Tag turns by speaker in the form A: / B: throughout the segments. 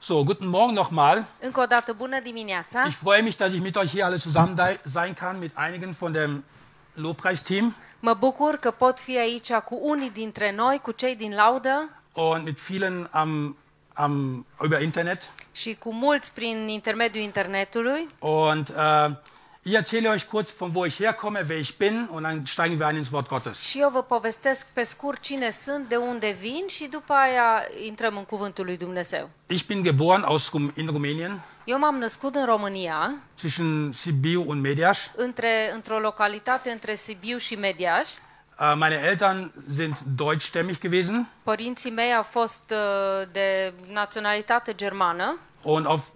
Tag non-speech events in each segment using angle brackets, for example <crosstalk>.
A: So, guten Morgen nochmal.
B: Încă o dată, bună dimineața!
A: Ich freue mich, dass ich mit euch hier alle zusammen da sein kann, mit einigen von dem Lobpreisteam
B: Mă bucur că pot fi aici cu unii dintre noi, cu cei din laudă
A: und mit vielen am, am, über Internet.
B: și cu mulți prin intermediul internetului.
A: Und äh, ich erzähle euch kurz, von wo ich herkomme, wer ich bin und dann steigen wir ein ins Wort Gottes.
B: Și eu vă povestesc pe scurt cine sunt, de unde vin și după aia intrăm în Cuvântul lui Dumnezeu.
A: Ich bin geboren aus Rum in Rumänien
B: Eu m-am născut în România,
A: zwischen Sibiu und Mediasch.
B: între, într-o localitate între Sibiu și Mediaș.
A: Äh, meine Eltern sind deutschstämmig gewesen
B: Părinții mei au fost uh, de naționalitate germană
A: und auf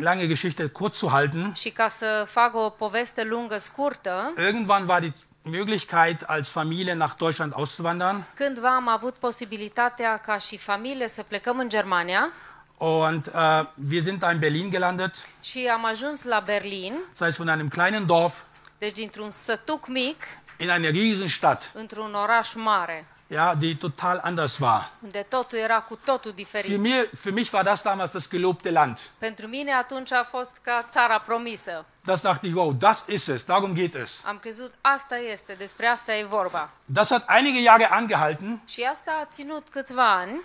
A: lange Geschichte kurz zu halten,
B: și ca să fac o poveste lungă scurtă,
A: Irgendwann war die Möglichkeit, als Familie nach Deutschland auszuwandern.
B: cândva am avut posibilitatea ca și familie să plecăm în Germania
A: Und äh, wir sind da in Berlin gelandet,
B: și am ajuns la Berlin,
A: das heißt von einem kleinen Dorf
B: deci dintr-un sătuc mic,
A: in eine Riesenstadt,
B: într-un oraș mare,
A: ja, die total anders war.
B: unde totul era cu totul diferit.
A: Für, mir, für mich war das damals das gelobte Land.
B: Pentru mine atunci a fost ca țara promisă.
A: Das dachte ich, wow, das ist es, darum geht es.
B: Am crezut asta este, despre asta e vorba.
A: Das hat einige Jahre angehalten,
B: Și asta a ținut câțiva ani,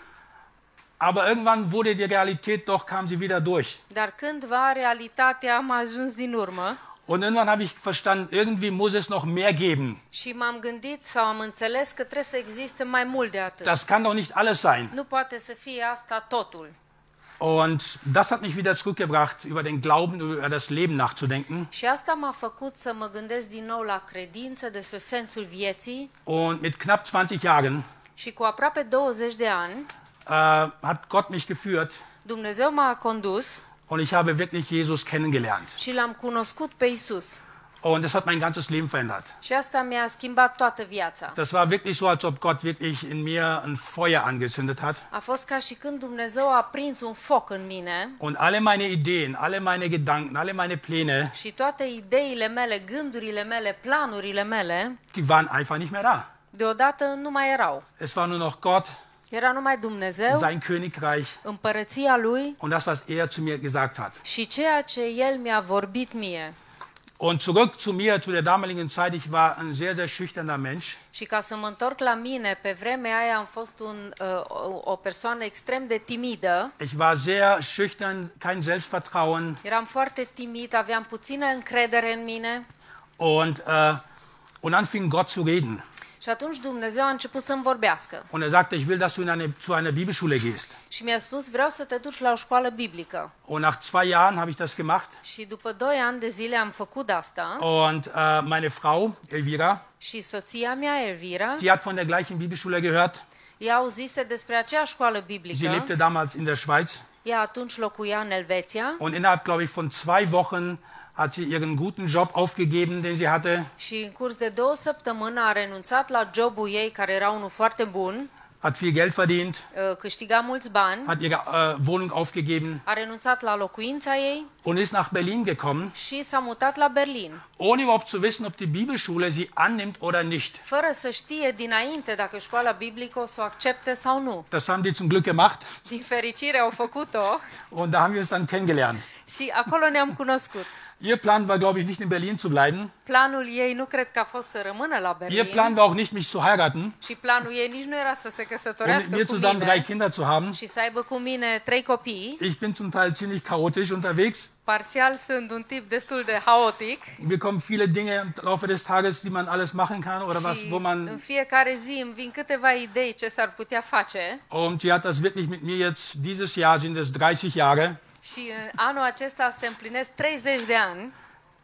A: aber irgendwann wurde die Realität doch, kam sie wieder durch.
B: dar cândva realitatea am ajuns din urmă
A: Und irgendwann habe ich verstanden, irgendwie muss es noch mehr geben.
B: și m-am gândit sau am înțeles că trebuie să existe mai mult de atât.
A: Das kann doch nicht alles sein.
B: Nu poate să fie asta totul.
A: Und das hat mich wieder zurückgebracht, über den Glauben, über das Leben nachzudenken.
B: Și asta m-a făcut să mă gândesc din nou la credință, despre sensul vieții
A: Und mit knapp 20 Jahren
B: și cu aproape 20 de ani
A: äh, hat Gott mich geführt
B: Dumnezeu m-a condus
A: und ich habe wirklich Jesus kennengelernt.
B: și l-am cunoscut pe Isus.
A: Und das hat mein ganzes Leben verändert.
B: Și asta mi-a schimbat toată viața.
A: Das war wirklich so, als ob Gott wirklich in mir ein Feuer angezündet hat.
B: A fost ca și când Dumnezeu a prins un foc în mine
A: Und alle meine Ideen, alle meine Gedanken, alle meine Pläne,
B: și toate ideile mele, gândurile mele, planurile mele,
A: die waren einfach nicht mehr da.
B: deodată nu mai erau.
A: Es war nur noch Gott,
B: Era numai Dumnezeu,
A: sein Königreich
B: împărăția Lui
A: und das, was er zu mir gesagt hat.
B: și ceea ce El mi-a vorbit mie.
A: Und zurück zu mir, zu der damaligen Zeit, ich war ein sehr, sehr schüchterner Mensch.
B: Și ca să mă întorc la mine, pe vremea aia am fost un, uh, o- o persoană extrem de timidă.
A: Ich war sehr schüchtern, kein Selbstvertrauen
B: Eram foarte timid, aveam puțină încredere în mine
A: und, äh, und dann fing Gott zu reden.
B: și atunci Dumnezeu a început să-mi vorbească.
A: Und er sagte, ich will, dass du in eine, zu einer Bibelschule gehst.
B: Și mi-a spus, vreau să te duci la o școală biblică.
A: Und nach zwei Jahren habe ich das gemacht.
B: Și după 2 ani de zile am făcut asta
A: Und äh, meine Frau, Elvira,
B: și soția mea, Elvira,
A: die hat von der gleichen Bibelschule gehört.
B: ea auzise despre aceea școală
A: Sie
B: biblică.
A: lebte damals in der Schweiz.
B: Ea atunci locuia în Elveția
A: Und innerhalb, glaube ich, von zwei Wochen hat sie ihren guten Job aufgegeben, den sie hatte,
B: și în curs de două săptămâni a renunțat la jobul ei, care era unul foarte bun,
A: hat viel Geld verdient,
B: uh, câștiga mulți bani,
A: hat ihre äh, Wohnung aufgegeben
B: a renunțat la locuința ei
A: und ist nach Berlin gekommen,
B: și s-a mutat la Berlin,
A: ohne überhaupt zu wissen, ob die Bibelschule sie annimmt oder nicht.
B: fără să știe dinainte dacă școala biblică o să o accepte sau nu.
A: Das haben die zum Glück gemacht
B: Din fericire au făcut-o
A: und da haben wir uns dann kennengelernt.
B: și acolo ne-am cunoscut.
A: Ihr Plan war, glaube ich, nicht in Berlin zu bleiben.
B: Planul ei nu cred că a fost să rămână la
A: Ihr
B: Berlin
A: Plan war auch nicht, mich zu heiraten
B: și planul ei nici nu era să se
A: und mit
B: căsătorească
A: mir
B: cu
A: zusammen drei
B: mine
A: Kinder zu haben.
B: și să aibă cu mine trei copii.
A: Ich bin zum Teil ziemlich chaotisch unterwegs.
B: Parțial sunt un tip destul de haotic
A: Mir kommen viele Dinge im Laufe des Tages, die man alles machen kann oder was,
B: și
A: wo
B: în
A: man...
B: fiecare zi îmi vin câteva idei ce s-ar putea face
A: Und sie hat das wirklich mit mir jetzt, dieses Jahr sind es 30 Jahre.
B: și în anul acesta se împlinesc 30 de ani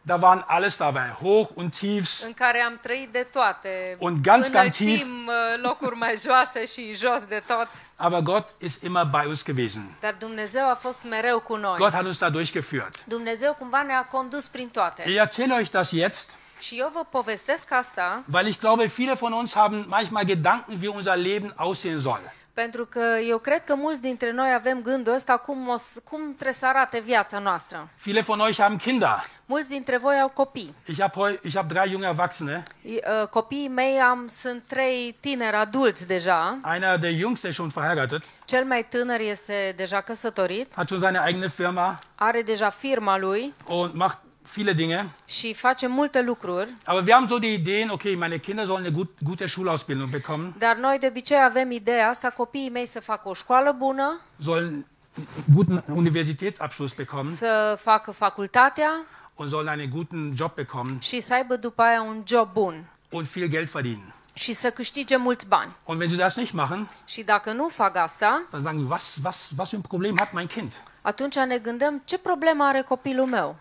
A: Da waren alles dabei, hoch und tiefs.
B: în care am trăit de toate.
A: Un ganz, ganz tief.
B: Înălțim, uh, locuri mai joase și jos de tot.
A: Aber Gott ist immer bei uns gewesen.
B: Dar Dumnezeu a fost mereu cu noi.
A: Gott hat uns da durchgeführt.
B: Dumnezeu cumva ne-a condus prin toate.
A: Ich erzähle euch das jetzt,
B: Și eu vă povestesc asta
A: Weil ich glaube, viele von uns haben manchmal Gedanken, wie unser Leben aussehen soll.
B: Pentru că eu cred că mulți dintre noi avem gândul ăsta cum, o, s- cum trebuie să arate viața noastră.
A: Viele von euch haben Kinder.
B: Mulți dintre voi au copii.
A: Ich habe hab drei junge Erwachsene.
B: I- uh, Copiii mei am, sunt trei tineri adulți deja.
A: Einer, der jüngste, ist schon verheiratet,
B: Cel mai tânăr este deja căsătorit,
A: hat schon seine eigene Firma
B: are deja firma lui
A: und macht viele Dinge.
B: și face multe lucruri.
A: Aber wir haben so die Ideen, okay, meine Kinder sollen eine gut, gute Schulausbildung bekommen,
B: Dar noi de obicei avem ideea asta, copiii mei să facă o școală bună,
A: sollen einen guten Universitätsabschluss bekommen
B: să facă facultatea
A: und sollen einen guten Job bekommen
B: și să aibă după aia un job bun
A: und viel Geld verdienen.
B: și să câștige mulți bani.
A: Und wenn sie das nicht machen,
B: Și dacă nu fac asta,
A: dann sagen wir, was, was, was für ein Problem hat mein Kind?
B: atunci ne gândăm ce problemă are copilul meu.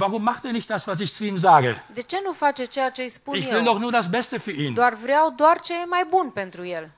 A: Warum macht er nicht das, was ich zu ihm sage?
B: De ce nu face ceea ce îi spun
A: Ich will
B: eu?
A: doch nur das Beste für ihn.
B: Doar vreau doar ce e mai bun pentru el.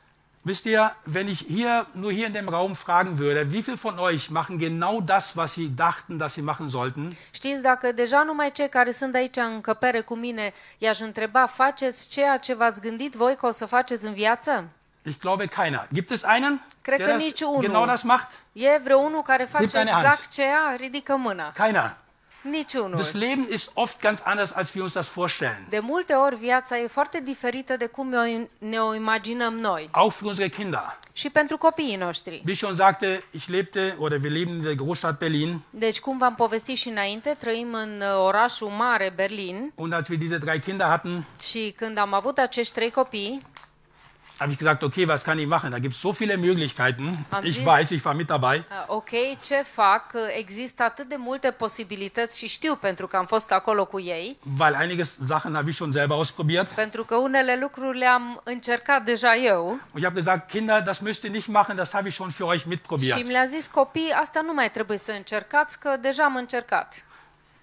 A: Wisst ihr, wenn ich hier nur hier in dem Raum fragen würde, wie viele von euch machen genau das, was sie dachten, dass sie machen sollten?
B: Știți, dacă deja numai cei care sunt aici în încăpere cu mine i-aș întreba, faceți ceea ce v-ați gândit voi că o să faceți în viață?
A: Ich glaube keiner. Gibt es einen,
B: Cred că
A: der das,
B: nici unul.
A: genau das macht?
B: E vreunul care face
A: Ridică ne hand.
B: exact ceea? Ridică mâna.
A: Keiner.
B: Niciunul.
A: Das Leben ist oft ganz anders, als wir uns das vorstellen.
B: De multe ori viața e foarte diferită de cum ne o- ne o imaginăm noi
A: Auch für unsere Kinder.
B: și pentru copiii noștri.
A: Wie ich schon sagte, ich lebte oder wir leben in der Großstadt Berlin.
B: Deci, cum v-am povestit și înainte, trăim în uh, orașul mare, Berlin,
A: Und als wir diese drei Kinder hatten,
B: și când am avut acești trei copii,
A: habe ich gesagt, okay, was kann ich machen? Da gibt es so viele Möglichkeiten.
B: Am
A: Ich
B: dies-
A: weiß, ich war mit dabei.
B: uh, ok, ce fac? Uh, Există atât de multe posibilități și știu pentru că am fost acolo cu ei,
A: weil einige Sachen habe ich schon selber ausprobiert.
B: pentru că unele lucruri le-am încercat deja eu
A: Und ich habe gesagt, Kinder, das müsst ihr nicht machen, das habe ich schon für euch
B: și mi
A: mitprobiert.
B: le-a zis copii, asta nu mai trebuie să încercați, că deja am încercat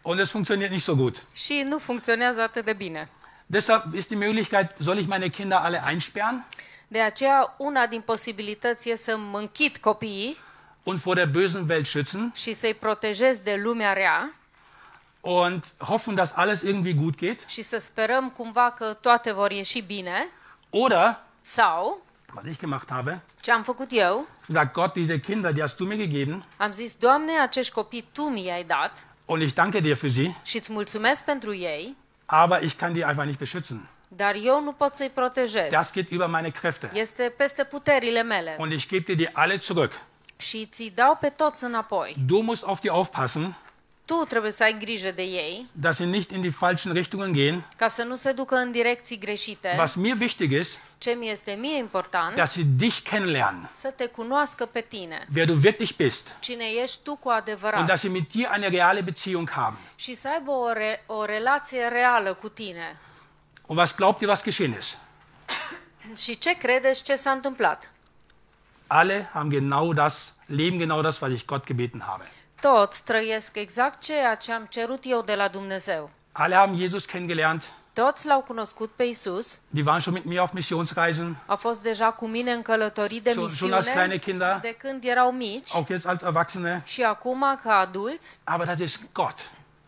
A: Und es funktioniert nicht so gut.
B: și nu funcționează atât de bine.
A: Deshalb ist die Möglichkeit, soll ich meine Kinder alle einsperren
B: De aceea, una din posibilități e să mă închid copiii
A: und vor der bösen Welt schützen
B: și să-i protejez de lumea rea
A: und hoffen, dass alles irgendwie gut geht?
B: și să sperăm cumva că toate vor ieși bine.
A: Oder,
B: Sau,
A: was ich gemacht habe,
B: ce am făcut eu,
A: ich habe gesagt, Gott, diese Kinder, die hast du mir gegeben
B: am zis, Doamne, acești copii Tu mi-ai dat
A: und ich danke dir für sie,
B: și îți mulțumesc pentru ei,
A: aber ich kann die einfach nicht beschützen.
B: dar eu nu pot să-i protejez.
A: Das geht über meine Kräfte.
B: Este peste puterile mele
A: Und ich gebe dir die alle zurück.
B: și ți dau pe toți înapoi.
A: Du musst auf die aufpassen,
B: Tu trebuie să ai grijă de ei
A: dass sie nicht in die falschen Richtungen gehen.
B: ca să nu se ducă în direcții greșite.
A: Was mir wichtig ist,
B: Ce mi este mie important,
A: dass sie dich kennenlernen,
B: să te cunoască pe tine.
A: wer du wirklich bist
B: cine ești tu cu
A: und
B: adevărat
A: dass sie mit dir eine reale Beziehung haben.
B: și să aibă o, re- o relație reală cu tine.
A: Und was glaubt ihr, was geschehen ist?
B: Și ce credeți ce s-a întâmplat?
A: Alle haben genau das, leben genau das, was ich Gott gebeten habe.
B: Toți trăiesc exact ceea ce am cerut eu de la Dumnezeu.
A: Alle haben Jesus kennengelernt,
B: Toți l-au cunoscut pe Isus,
A: die waren schon mit mir auf Missionsreisen,
B: au fost deja cu mine în călătorii de
A: schon, schon als
B: misiune
A: kleine Kinder,
B: de când erau mici
A: auch jetzt als Erwachsene.
B: și acum ca adulți,
A: Aber das ist Gott,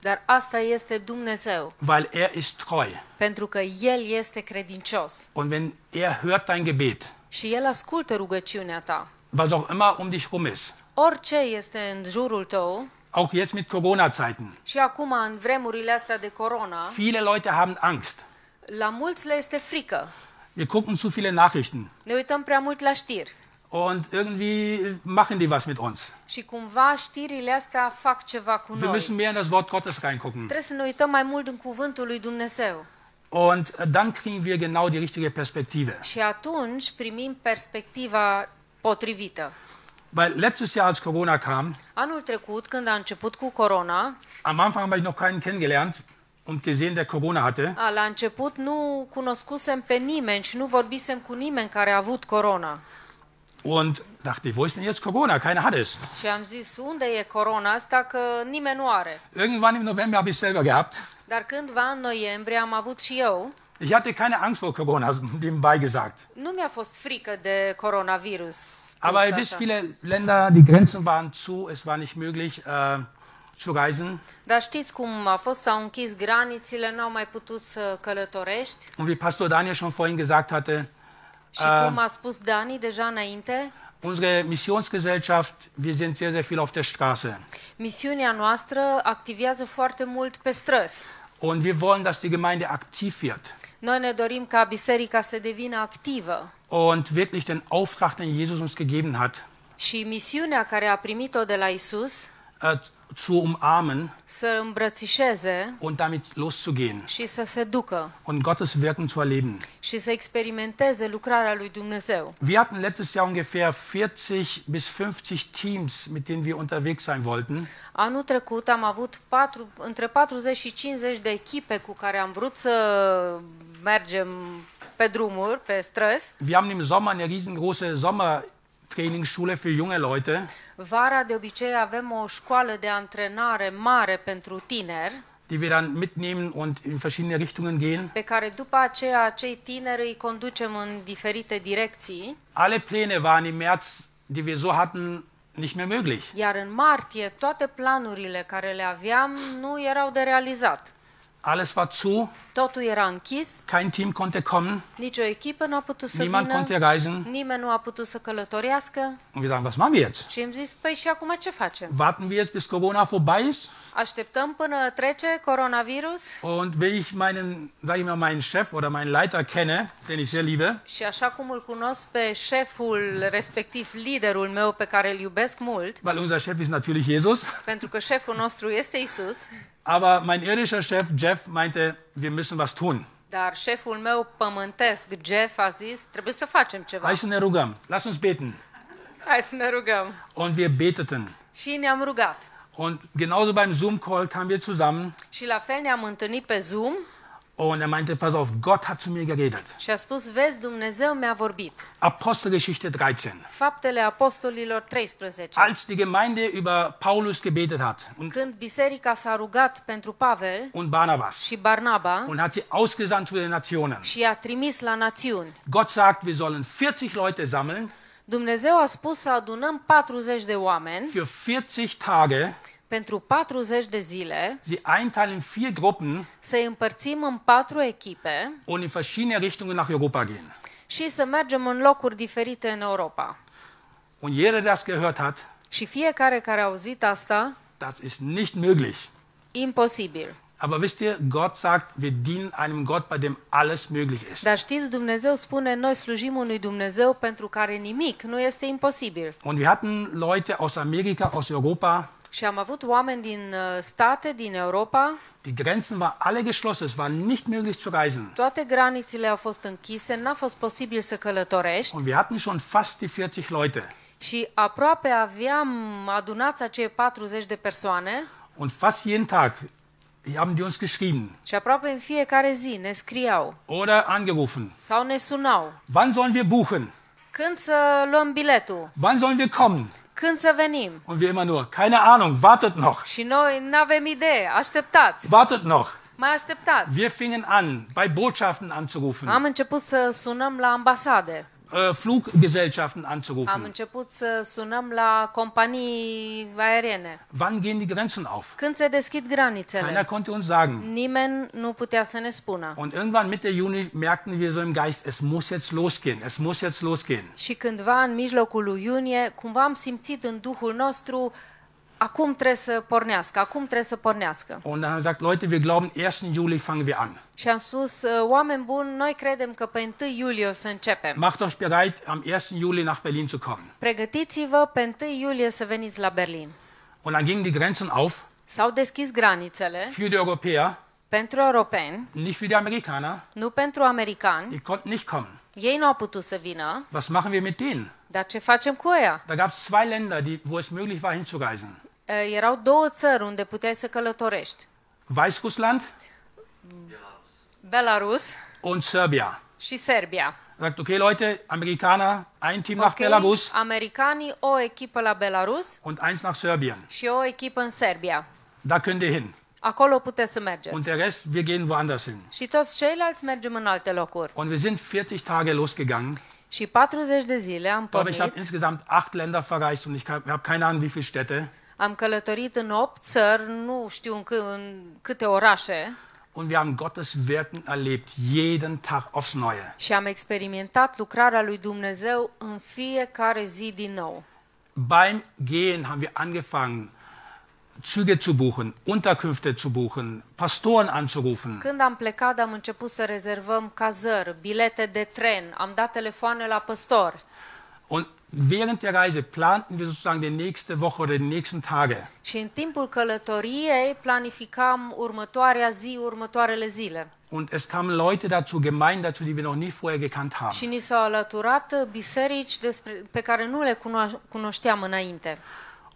B: dar asta este Dumnezeu,
A: weil er ist treu.
B: pentru că El este credincios
A: Und wenn er hört dein Gebet,
B: și El ascultă rugăciunea ta.
A: was auch immer um dich rum ist,
B: Orice este în jurul tău
A: auch jetzt mit Corona-Zeiten,
B: și acum în vremurile astea de corona,
A: viele Leute haben Angst.
B: La mulți le este frică.
A: Wir gucken zu viele Nachrichten.
B: Ne uităm prea mult la știri
A: Und irgendwie machen die was mit uns.
B: și cumva știrile astea fac ceva cu
A: Wir
B: noi.
A: müssen mehr in das Wort Gottes reingucken.
B: Trebuie să ne uităm mai mult în cuvântul lui Dumnezeu
A: Und dann kriegen wir genau die richtige Perspektive.
B: și atunci primim perspectiva potrivită.
A: Weil letztes Jahr, als Corona kam,
B: Anul trecut, când a început cu corona,
A: am Anfang habe ich noch keinen kennengelernt und gesehen, der Corona hatte.
B: a, la început nu cunoscusem pe nimeni și nu vorbisem cu nimeni care a avut corona.
A: Und dachte, wo ist denn jetzt Corona? Keiner hat es.
B: Și am zis, unde e corona asta, că nimeni nu are.
A: Irgendwann im November habe ich es selber gehabt.
B: Dar cândva în noiembrie am avut și eu,
A: Ich hatte keine Angst vor Corona, nebenbei gesagt.
B: nu mi-a fost frică de coronavirus. spus
A: Aber ihr
B: așa.
A: wisst, viele Länder, die Grenzen waren zu, es war nicht möglich äh, zu reisen.
B: Dar știți cum a fost? S-au închis granițele, n-au mai putut să călătorești.
A: Und wie Pastor Daniel schon vorhin gesagt hatte,
B: Și cum a spus Dani deja înainte,
A: Unsere Missionsgesellschaft, wir sind sehr, sehr viel auf der Straße.
B: Misiunea noastră activează foarte mult pe străzi.
A: Und wir wollen, dass die Gemeinde aktiv wird
B: Noi ne dorim ca biserica să devină activă
A: und wirklich den Auftrag, den Jesus uns gegeben hat,
B: și misiunea care a primit-o de la Isus
A: äh, zu umarmen
B: să îmbrățișeze
A: und damit loszugehen
B: și să se ducă
A: und Gottes Wirken zu erleben.
B: și să experimenteze lucrarea lui Dumnezeu.
A: Wir hatten letztes Jahr ungefähr 40 bis 50 Teams, mit denen wir unterwegs sein wollten.
B: Anul trecut am avut patru, între 40 și 50 de echipe cu care am vrut să mergem pe drumuri, pe străzi.
A: Wir haben im Sommer eine riesengroße Sommertrainingsschule für junge Leute.
B: Vara de obicei avem o școală de antrenare mare pentru tineri,
A: die wir dann mitnehmen und in verschiedene Richtungen gehen.
B: pe care după aceea cei tineri îi conducem în diferite direcții,
A: Alle Pläne waren im März, die wir so hatten, nicht mehr möglich.
B: iar în martie toate planurile care le aveam nu erau de realizat.
A: Alles war zu,
B: Totul era închis,
A: kein Team konnte kommen,
B: nicio echipă n-a putut să
A: niemand
B: vină,
A: konnte reisen.
B: nimeni nu a putut să călătorească
A: Und wir sagen, was machen wir jetzt?
B: și am zis, păi și acum ce facem?
A: Warten wir jetzt, bis Corona vorbei ist?
B: Așteptăm până trece coronavirus
A: Und wenn ich meinen, sag ich mal, meinen Chef oder meinen Leiter kenne, den ich sehr liebe,
B: și așa cum îl cunosc pe șeful, respectiv liderul meu pe care îl iubesc mult,
A: weil unser Chef ist natürlich Jesus,
B: pentru că șeful nostru este Isus,
A: aber mein irdischer Chef Jeff meinte, wir müssen was tun.
B: Dar șeful meu pământesc, Jeff, a zis, trebuie să facem ceva.
A: Weißt du, Herr Rugam, lass uns beten.
B: Hai să ne rugăm.
A: Und wir beteten.
B: Și ne-am rugat.
A: Und genauso beim Zoom-Call kamen wir zusammen
B: Și la fel ne-am întâlnit pe Zoom
A: Und er meinte, pass auf, Gott hat zu mir geredet.
B: și a spus, vezi, Dumnezeu mi-a vorbit.
A: Apostelgeschichte 13.
B: Faptele Apostolilor 13.
A: Als die Gemeinde über Paulus gebetet hat und,
B: Când biserica s-a rugat pentru Pavel
A: und Barnabas
B: și Barnaba
A: und hat sie ausgesandt zu den Nationen.
B: și i-a trimis la națiuni,
A: Gott sagt, wir sollen 40 Leute sammeln
B: Dumnezeu a spus să adunăm 40 de oameni
A: für 40 Tage,
B: pentru 40 de zile,
A: sie einteilen in vier Gruppen
B: să-i împărțim în patru echipe
A: und in verschiedene Richtungen nach Europa gehen.
B: și să mergem în locuri diferite în Europa.
A: Und jeder, der das gehört hat,
B: Și fiecare care a auzit asta,
A: das ist nicht möglich.
B: imposibil.
A: Aber wisst ihr, Gott sagt, wir dienen einem Gott, bei dem alles möglich ist.
B: Dar știți, Dumnezeu spune, noi slujim unui Dumnezeu pentru care nimic nu este imposibil.
A: Und wir hatten Leute aus Amerika, aus Europa,
B: Și am avut oameni din uh, state, din Europa,
A: Die Grenzen waren alle geschlossen, es war nicht möglich zu reisen.
B: toate granițele au fost închise, n-a fost posibil să călătorești
A: Und wir hatten schon fast die 40 Leute.
B: și aproape aveam adunați acei 40 de persoane
A: Und fast jeden Tag haben die uns geschrieben
B: și aproape în fiecare zi ne scriau
A: oder angerufen.
B: sau ne sunau.
A: Wann sollen wir buchen?
B: Când să luăm biletul?
A: Wann sollen wir kommen?
B: Când să venim?
A: Und wir immer nur, keine Ahnung, wartet noch,
B: Și noi n-avem idee, așteptați,
A: wartet noch.
B: mai așteptați.
A: Wir fingen an, bei Botschaften anzurufen,
B: Am început să sunăm la ambasade.
A: äh, Fluggesellschaften
B: Am
A: anzurufen.
B: început să sunăm la companii aeriene.
A: Wann gehen die Grenzen auf?
B: Când se deschid
A: Keiner
B: granițele?
A: konnte uns sagen.
B: Nimeni nu putea să ne spună.
A: Und irgendwann Mitte Juni merkten wir so im Geist, es muss jetzt losgehen, es muss jetzt losgehen.
B: Și cândva în mijlocul lui iunie, cumva am simțit în duhul nostru acum trebuie să pornească, acum trebuie să pornească.
A: Und dann haben wir gesagt, Leute, wir glauben, 1. Juli fangen wir an.
B: Și am spus, "Uh, oameni buni, noi credem că pe 1 iulie o să începem.
A: Macht euch bereit, am 1. Juli nach Berlin zu kommen.
B: Pregătiți-vă pe 1 iulie să veniți la Berlin.
A: Und dann gingen die Grenzen auf
B: S-au deschis granițele
A: für die Europäer,
B: pentru europeni,
A: nicht für die Amerikaner.
B: nu pentru americani.
A: Die konnten nicht kommen.
B: Ei nu au putut să vină,
A: Was machen wir mit denen?
B: Dar ce facem cu ea?
A: Da gab es zwei Länder, die, wo es möglich war, hinzureisen.
B: Erau două țări unde puteai să călătorești.
A: Weißrussland
B: Belarus
A: und Serbia.
B: și Serbia.
A: Sagt, okay, Leute, Amerikaner, ein Team nach
B: Ok,
A: Belarus
B: Americanii, o echipă la Belarus
A: und eins nach Serbien.
B: și o echipă în Serbia.
A: Da könnt ihr hin.
B: Acolo puteți să mergeți.
A: Und der Rest, wir gehen woanders hin.
B: Și toți ceilalți mergem în alte locuri.
A: Und wir sind 40 Tage losgegangen.
B: Și 40 de zile am
A: Ich glaube, ich
B: pornit,
A: habe insgesamt acht Länder verreist und ich habe keine Ahnung, wie viele Städte.
B: am călătorit în 8 țări, nu știu în, câ- în câte orașe,
A: und wir haben Gottes Wirken erlebt, jeden Tag aufs Neue.
B: Și am experimentat lucrarea lui Dumnezeu în fiecare zi din nou.
A: Beim Gehen haben wir angefangen, Züge zu buchen, Unterkünfte zu buchen, Pastoren anzurufen.
B: Când am plecat, am început să rezervăm cazări, bilete de tren, am dat telefoane la păstor
A: Und während der Reise planten wir sozusagen die nächste Woche oder die nächsten Tage.
B: și în timpul călătoriei planificam următoarea zi, următoarele zile.
A: Und es kamen Leute dazu, Gemeinden dazu, die wir noch nie vorher gekannt haben.
B: Și ni s-au alăturat biserici despre, pe care nu le cunoa- cunoșteam înainte.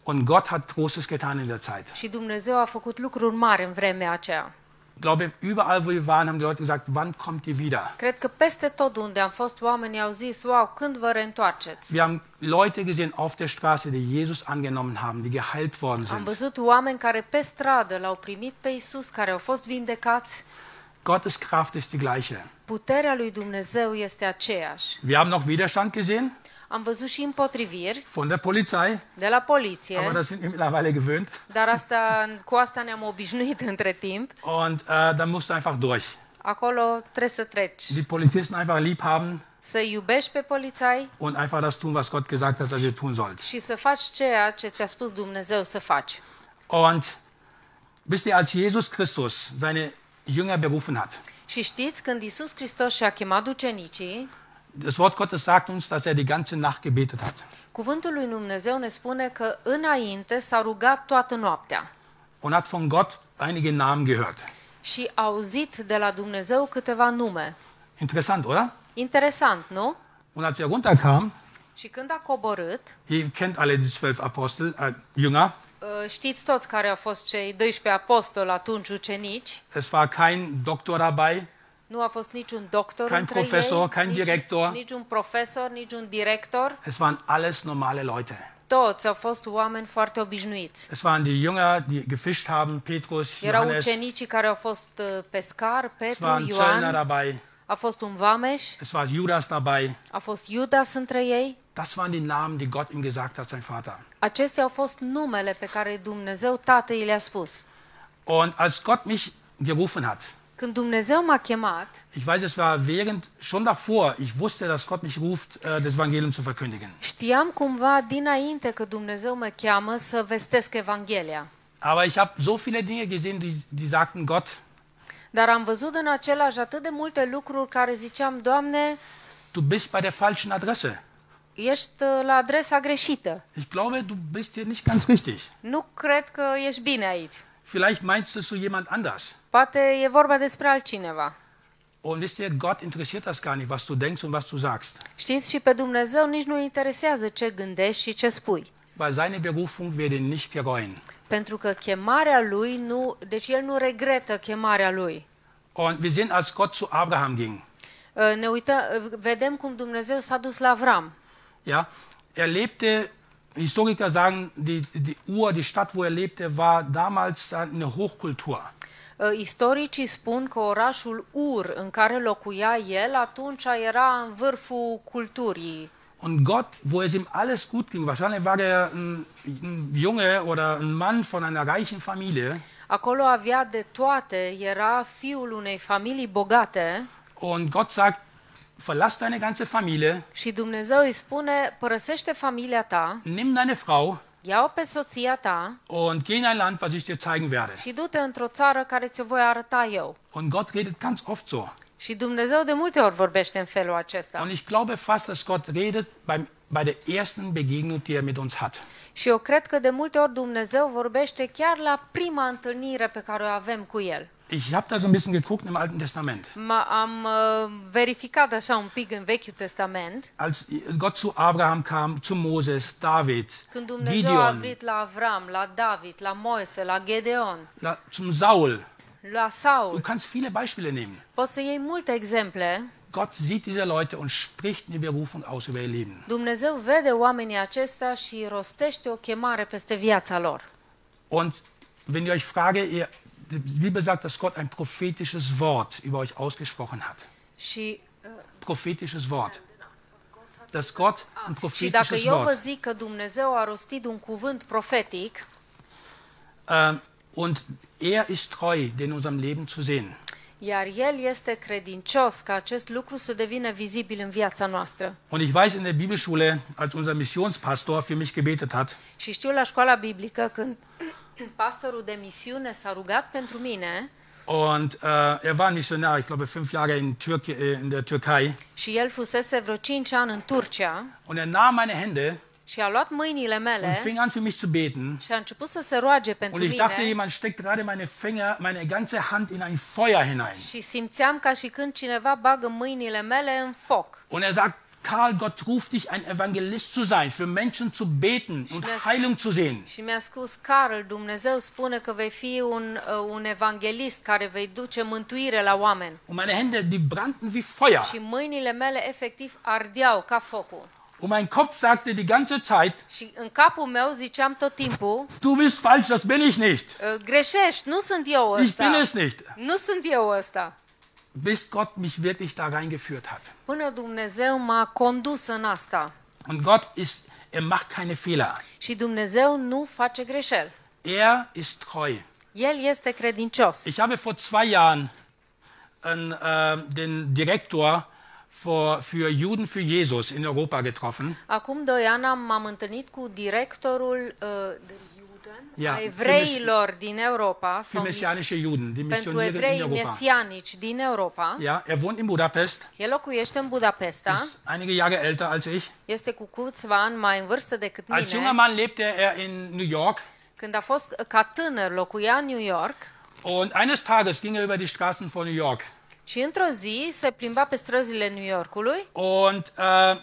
A: Und Gott hat Großes getan in der Zeit.
B: Și Dumnezeu a făcut lucruri mari în vremea aceea.
A: Ich glaube, überall, wo wir waren, haben die Leute gesagt, wann kommt ihr wieder?
B: Cred că peste tot unde am fost, oamenii au zis, wow, când vă reîntoarceți?
A: Wir haben Leute gesehen auf der Straße, die Jesus angenommen haben, die geheilt worden
B: Am
A: sind.
B: văzut oameni care pe stradă l-au primit pe Isus, care au fost vindecați.
A: Gottes Kraft ist die gleiche.
B: Puterea lui Dumnezeu este aceeași.
A: Wir haben noch Widerstand gesehen
B: Am văzut și împotriviri
A: von der Polizei,
B: de la poliție,
A: aber das sind wir mittlerweile gewöhnt.
B: dar asta, cu asta ne-am obișnuit <laughs> între timp.
A: Und äh, da musst du einfach durch.
B: Acolo trebuie să treci.
A: Die Polizisten einfach lieb haben
B: Să iubești pe polițai
A: und einfach das tun, was Gott gesagt hat, dass ihr tun sollt.
B: și să faci ceea ce ți-a spus Dumnezeu să faci.
A: Und wisst ihr, als Jesus Christus seine Jünger berufen hat,
B: Și știți, când Isus Hristos și-a chemat ucenicii,
A: das Wort Gottes sagt uns, dass er die ganze Nacht gebetet hat.
B: cuvântul lui Dumnezeu ne spune că înainte s-a rugat toată noaptea
A: und hat von Gott einige Namen gehört.
B: și a auzit de la Dumnezeu câteva nume.
A: Interessant, oder?
B: Interesant, nu?
A: Und als er runterkam,
B: Și când a coborât,
A: ihr kennt alle die zwölf Apostel, äh, Jünger,
B: ă, știți toți care au fost cei 12 apostoli atunci ucenici,
A: es war kein Doktor dabei,
B: nu a fost niciun doctor
A: Kein
B: între
A: profesor,
B: ei,
A: kein
B: niciun-
A: director.
B: niciun profesor, niciun director,
A: es waren alles normale Leute.
B: toți au fost oameni foarte obișnuiți.
A: Es waren die Jünger, die gefischt haben, Petrus,
B: Erau
A: Johannes,
B: ucenicii care au fost ă, pescari,
A: es
B: Petru,
A: waren Zöllner
B: Ioan,
A: dabei,
B: a fost un vameș,
A: es war Judas dabei.
B: a fost Iudas între ei.
A: Das waren die Namen, die Gott ihm gesagt hat, sein Vater.
B: Acestea au fost numele pe care Dumnezeu Tatăl i le-a spus.
A: Und als Gott mich gerufen hat,
B: Când Dumnezeu m-a chemat,
A: ich weiß, es war während, schon davor, ich wusste, dass Gott mich ruft, äh, das Evangelium zu verkündigen.
B: știam cumva dinainte că Dumnezeu mă cheamă să vestesc Evanghelia.
A: Aber ich habe so viele Dinge gesehen, die, die sagten, Gott,
B: Dar am văzut în același atât de multe lucruri care ziceam, Doamne,
A: du bist bei der falschen Adresse.
B: ești uh, la adresa greșită.
A: Ich glaube, du bist hier nicht ganz richtig.
B: Nu cred că ești bine aici.
A: Vielleicht meinst du es so jemand anders.
B: Poate e vorba despre altcineva.
A: Und wisst ihr, Gott interessiert das gar nicht, was du denkst und was du sagst.
B: Știți, și pe Dumnezeu nici nu interesează ce gândești și ce spui.
A: Weil seine Berufung wird ihn nicht bereuen.
B: Pentru că chemarea lui nu, deci el nu regretă chemarea lui.
A: Und wir sehen, als Gott zu Abraham ging,
B: Uh, Ne uită, uh, vedem cum Dumnezeu s-a dus la Avram.
A: ja, er lebte, Historiker sagen, die, die Ur, die Stadt, wo er lebte, war damals eine Hochkultur.
B: Uh, Istoricii spun că orașul Ur în care locuia el atunci era în vârful culturii.
A: Und Gott, wo es ihm alles gut ging, wahrscheinlich war er ein, ein Junge oder ein Mann von einer reichen Familie
B: Acolo avea de toate, era fiul unei familii bogate
A: und Gott sagt, verlass deine ganze Familie,
B: și Dumnezeu îi spune, părăsește familia ta,
A: nimm deine Frau
B: ia-o pe soția ta
A: und geh in ein Land, was ich dir zeigen werde.
B: și du-te într-o țară care ți-o voi arăta eu.
A: Und Gott redet ganz oft so.
B: Și Dumnezeu de multe ori vorbește în felul acesta.
A: Und ich glaube fast, dass Gott redet beim, bei der ersten Begegnung, die er mit uns hat.
B: Și eu cred că de multe ori Dumnezeu vorbește chiar la prima întâlnire pe care o avem cu El.
A: Ich habe da so ein bisschen geguckt im Alten Testament.
B: M- am uh, verificat așa un pic în Vechiul Testament,
A: Als Gott zu Abraham kam, zu Moses, David,
B: când Dumnezeu a
A: Gideon,
B: avrit la Avram, la David, la Moise, la Gedeon,
A: la- zum Saul.
B: la
A: Du
B: Saul.
A: kannst viele Beispiele nehmen.
B: Poți să iei multe exemple.
A: Gott sieht diese Leute und spricht eine Berufung aus über ihr Leben.
B: Dumnezeu vede oamenii acestea și rostește o chemare peste viața lor.
A: Und wenn ihr euch frage, ihr, die Bibel sagt, dass Gott ein prophetisches Wort über euch ausgesprochen hat.
B: Și,
A: Prophetisches Wort. Dass Gott ein
B: și dacă
A: prophetisches
B: eu vă
A: Wort.
B: zic că Dumnezeu a rostit un cuvânt profetic,
A: Ähm, Und er ist treu, den in unserem Leben zu sehen.
B: Iar El este credincios ca acest lucru să devină vizibil în viața noastră.
A: Und ich weiß in der Bibelschule, als unser Missionspastor für mich gebetet hat,
B: Și știu la școala biblică când <clears throat> pastorul de misiune s-a rugat pentru mine
A: und äh, er war ein Missionar, ich glaube fünf Jahre in, Türke, äh, in der Türkei,
B: și el fusese vreo 5 ani în Turcia
A: und er nahm meine Hände
B: și a luat mâinile
A: und
B: mele
A: fing an für mich zu beten.
B: și a început să se roage
A: Und
B: pentru
A: ich dachte,
B: mine
A: jemand steckt gerade meine Finger, meine ganze Hand in ein Feuer hinein.
B: și simțeam ca și când cineva bagă mâinile mele în foc.
A: Und er sagt, Karl, Gott ruft dich, ein Evangelist zu sein, für Menschen zu beten und
B: lass-
A: Heilung zu sehen.
B: Și mi-a spus, Carl, Dumnezeu spune că vei fi un, uh, un evanghelist care vei duce mântuire la oameni.
A: Und meine Hände, die brannten wie Feuer.
B: Și mâinile mele efectiv ardeau ca focul.
A: Und mein Kopf sagte die ganze Zeit,
B: Și în capul meu ziceam tot timpul,
A: du bist falsch, das bin ich nicht.
B: "Uh, greșești, nu sunt eu
A: Ich bin
B: ăsta.
A: es nicht.
B: Nu sunt eu ăsta.
A: Bis Gott mich wirklich da reingeführt hat.
B: Până Dumnezeu m-a condus în asta.
A: Und Gott ist, er macht keine Fehler.
B: Și Dumnezeu nu face greșeli.
A: Er ist treu.
B: El este credincios.
A: Ich habe vor zwei Jahren einen, äh, den Direktor vor, für Juden für Jesus in Europa getroffen.
B: Acum doi ani am- m-am întâlnit cu directorul uh,
A: Ia,
B: a evreilor din Europa,
A: Für
B: sau mis-
A: messianische Juden, die
B: pentru
A: Missioniere in
B: evrei
A: Europa.
B: mesianici din Europa.
A: Ja, er wohnt in Budapest,
B: El locuiește în Budapesta,
A: ist einige Jahre älter als ich.
B: este cu câțiva ani mai în vârstă decât
A: Als junger
B: mine.
A: Mann lebte er in New York
B: Când a fost uh, ca tânăr, locuia în New York
A: und eines Tages ging er über die Straßen von New York.
B: și într-o zi se plimba pe străzile New Yorkului
A: Und äh,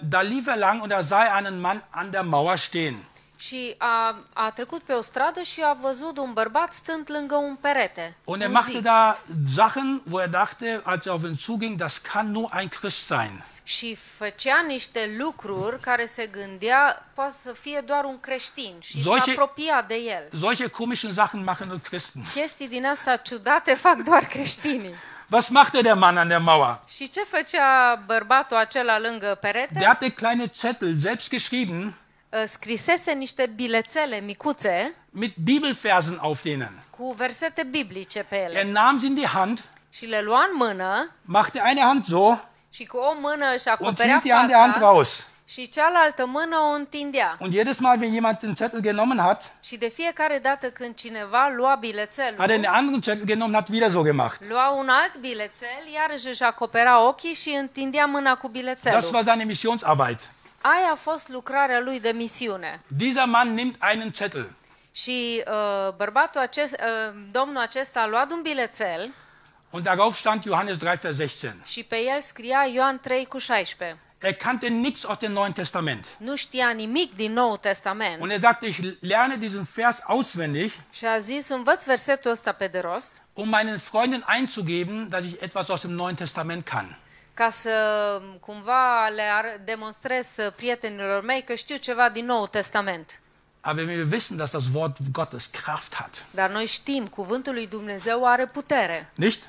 A: da lief er lang und da sah er einen Mann an der Mauer stehen.
B: și a, a trecut pe o stradă și a văzut un bărbat stând lângă un perete.
A: Und er
B: un
A: machte
B: zid.
A: da Sachen, wo er dachte, als er auf ihn zuging, das kann nur ein Christ sein.
B: Și făcea niște lucruri care se gândea poate să fie doar un creștin și Zoce...
A: Zoice-
B: se apropia de el.
A: Solche komischen Sachen machen nur Christen.
B: Chestii din asta ciudate <laughs> fac doar creștinii.
A: Was machte der Mann an der Mauer?
B: Și ce făcea bărbatul acela lângă perete?
A: Der hatte kleine Zettel selbst geschrieben
B: Uh, Scrisese niște bilețele micuțe
A: mit Bibelversen auf denen.
B: cu versete biblice pe ele
A: Er nahm sie in die Hand,
B: și le lua în mână
A: machte eine Hand so
B: și cu o mână își
A: und
B: acoperea
A: hielt die andere Hand
B: fața
A: raus.
B: și cealaltă mână o întindea.
A: Und jedes Mal, wenn jemand den Zettel genommen hat,
B: Și de fiecare dată când cineva lua bilețelul,
A: hat er den anderen Zettel genommen, hat wieder so gemacht.
B: Lua un alt bilețel, iarăși își acopera ochii și întindea mâna cu
A: Das
B: bilețelul.
A: war seine Missionsarbeit.
B: Aia a fost lucrarea lui de misiune.
A: Dieser Mann nimmt einen Zettel
B: Și uh, bărbatul acest, uh, domnul acesta a luat un bilețel
A: und darauf stand Johannes 3, Vers 16.
B: și pe el scria Ioan 3 cu 16.
A: Er kannte nichts aus dem Neuen Testament.
B: Nu știa nimic din Noul Testament
A: Und er sagte, ich lerne diesen Vers auswendig,
B: și a zis învăț versetul ăsta pe de rost
A: um meinen Freunden einzugeben, dass ich etwas aus dem Neuen Testament kann.
B: ca să cumva le ar- demonstrez uh, prietenilor mei că știu ceva din Noul Testament.
A: Aber wenn wir wissen, dass das Wort Gottes Kraft hat,
B: Dar noi știm, cuvântul lui Dumnezeu are putere.
A: nicht?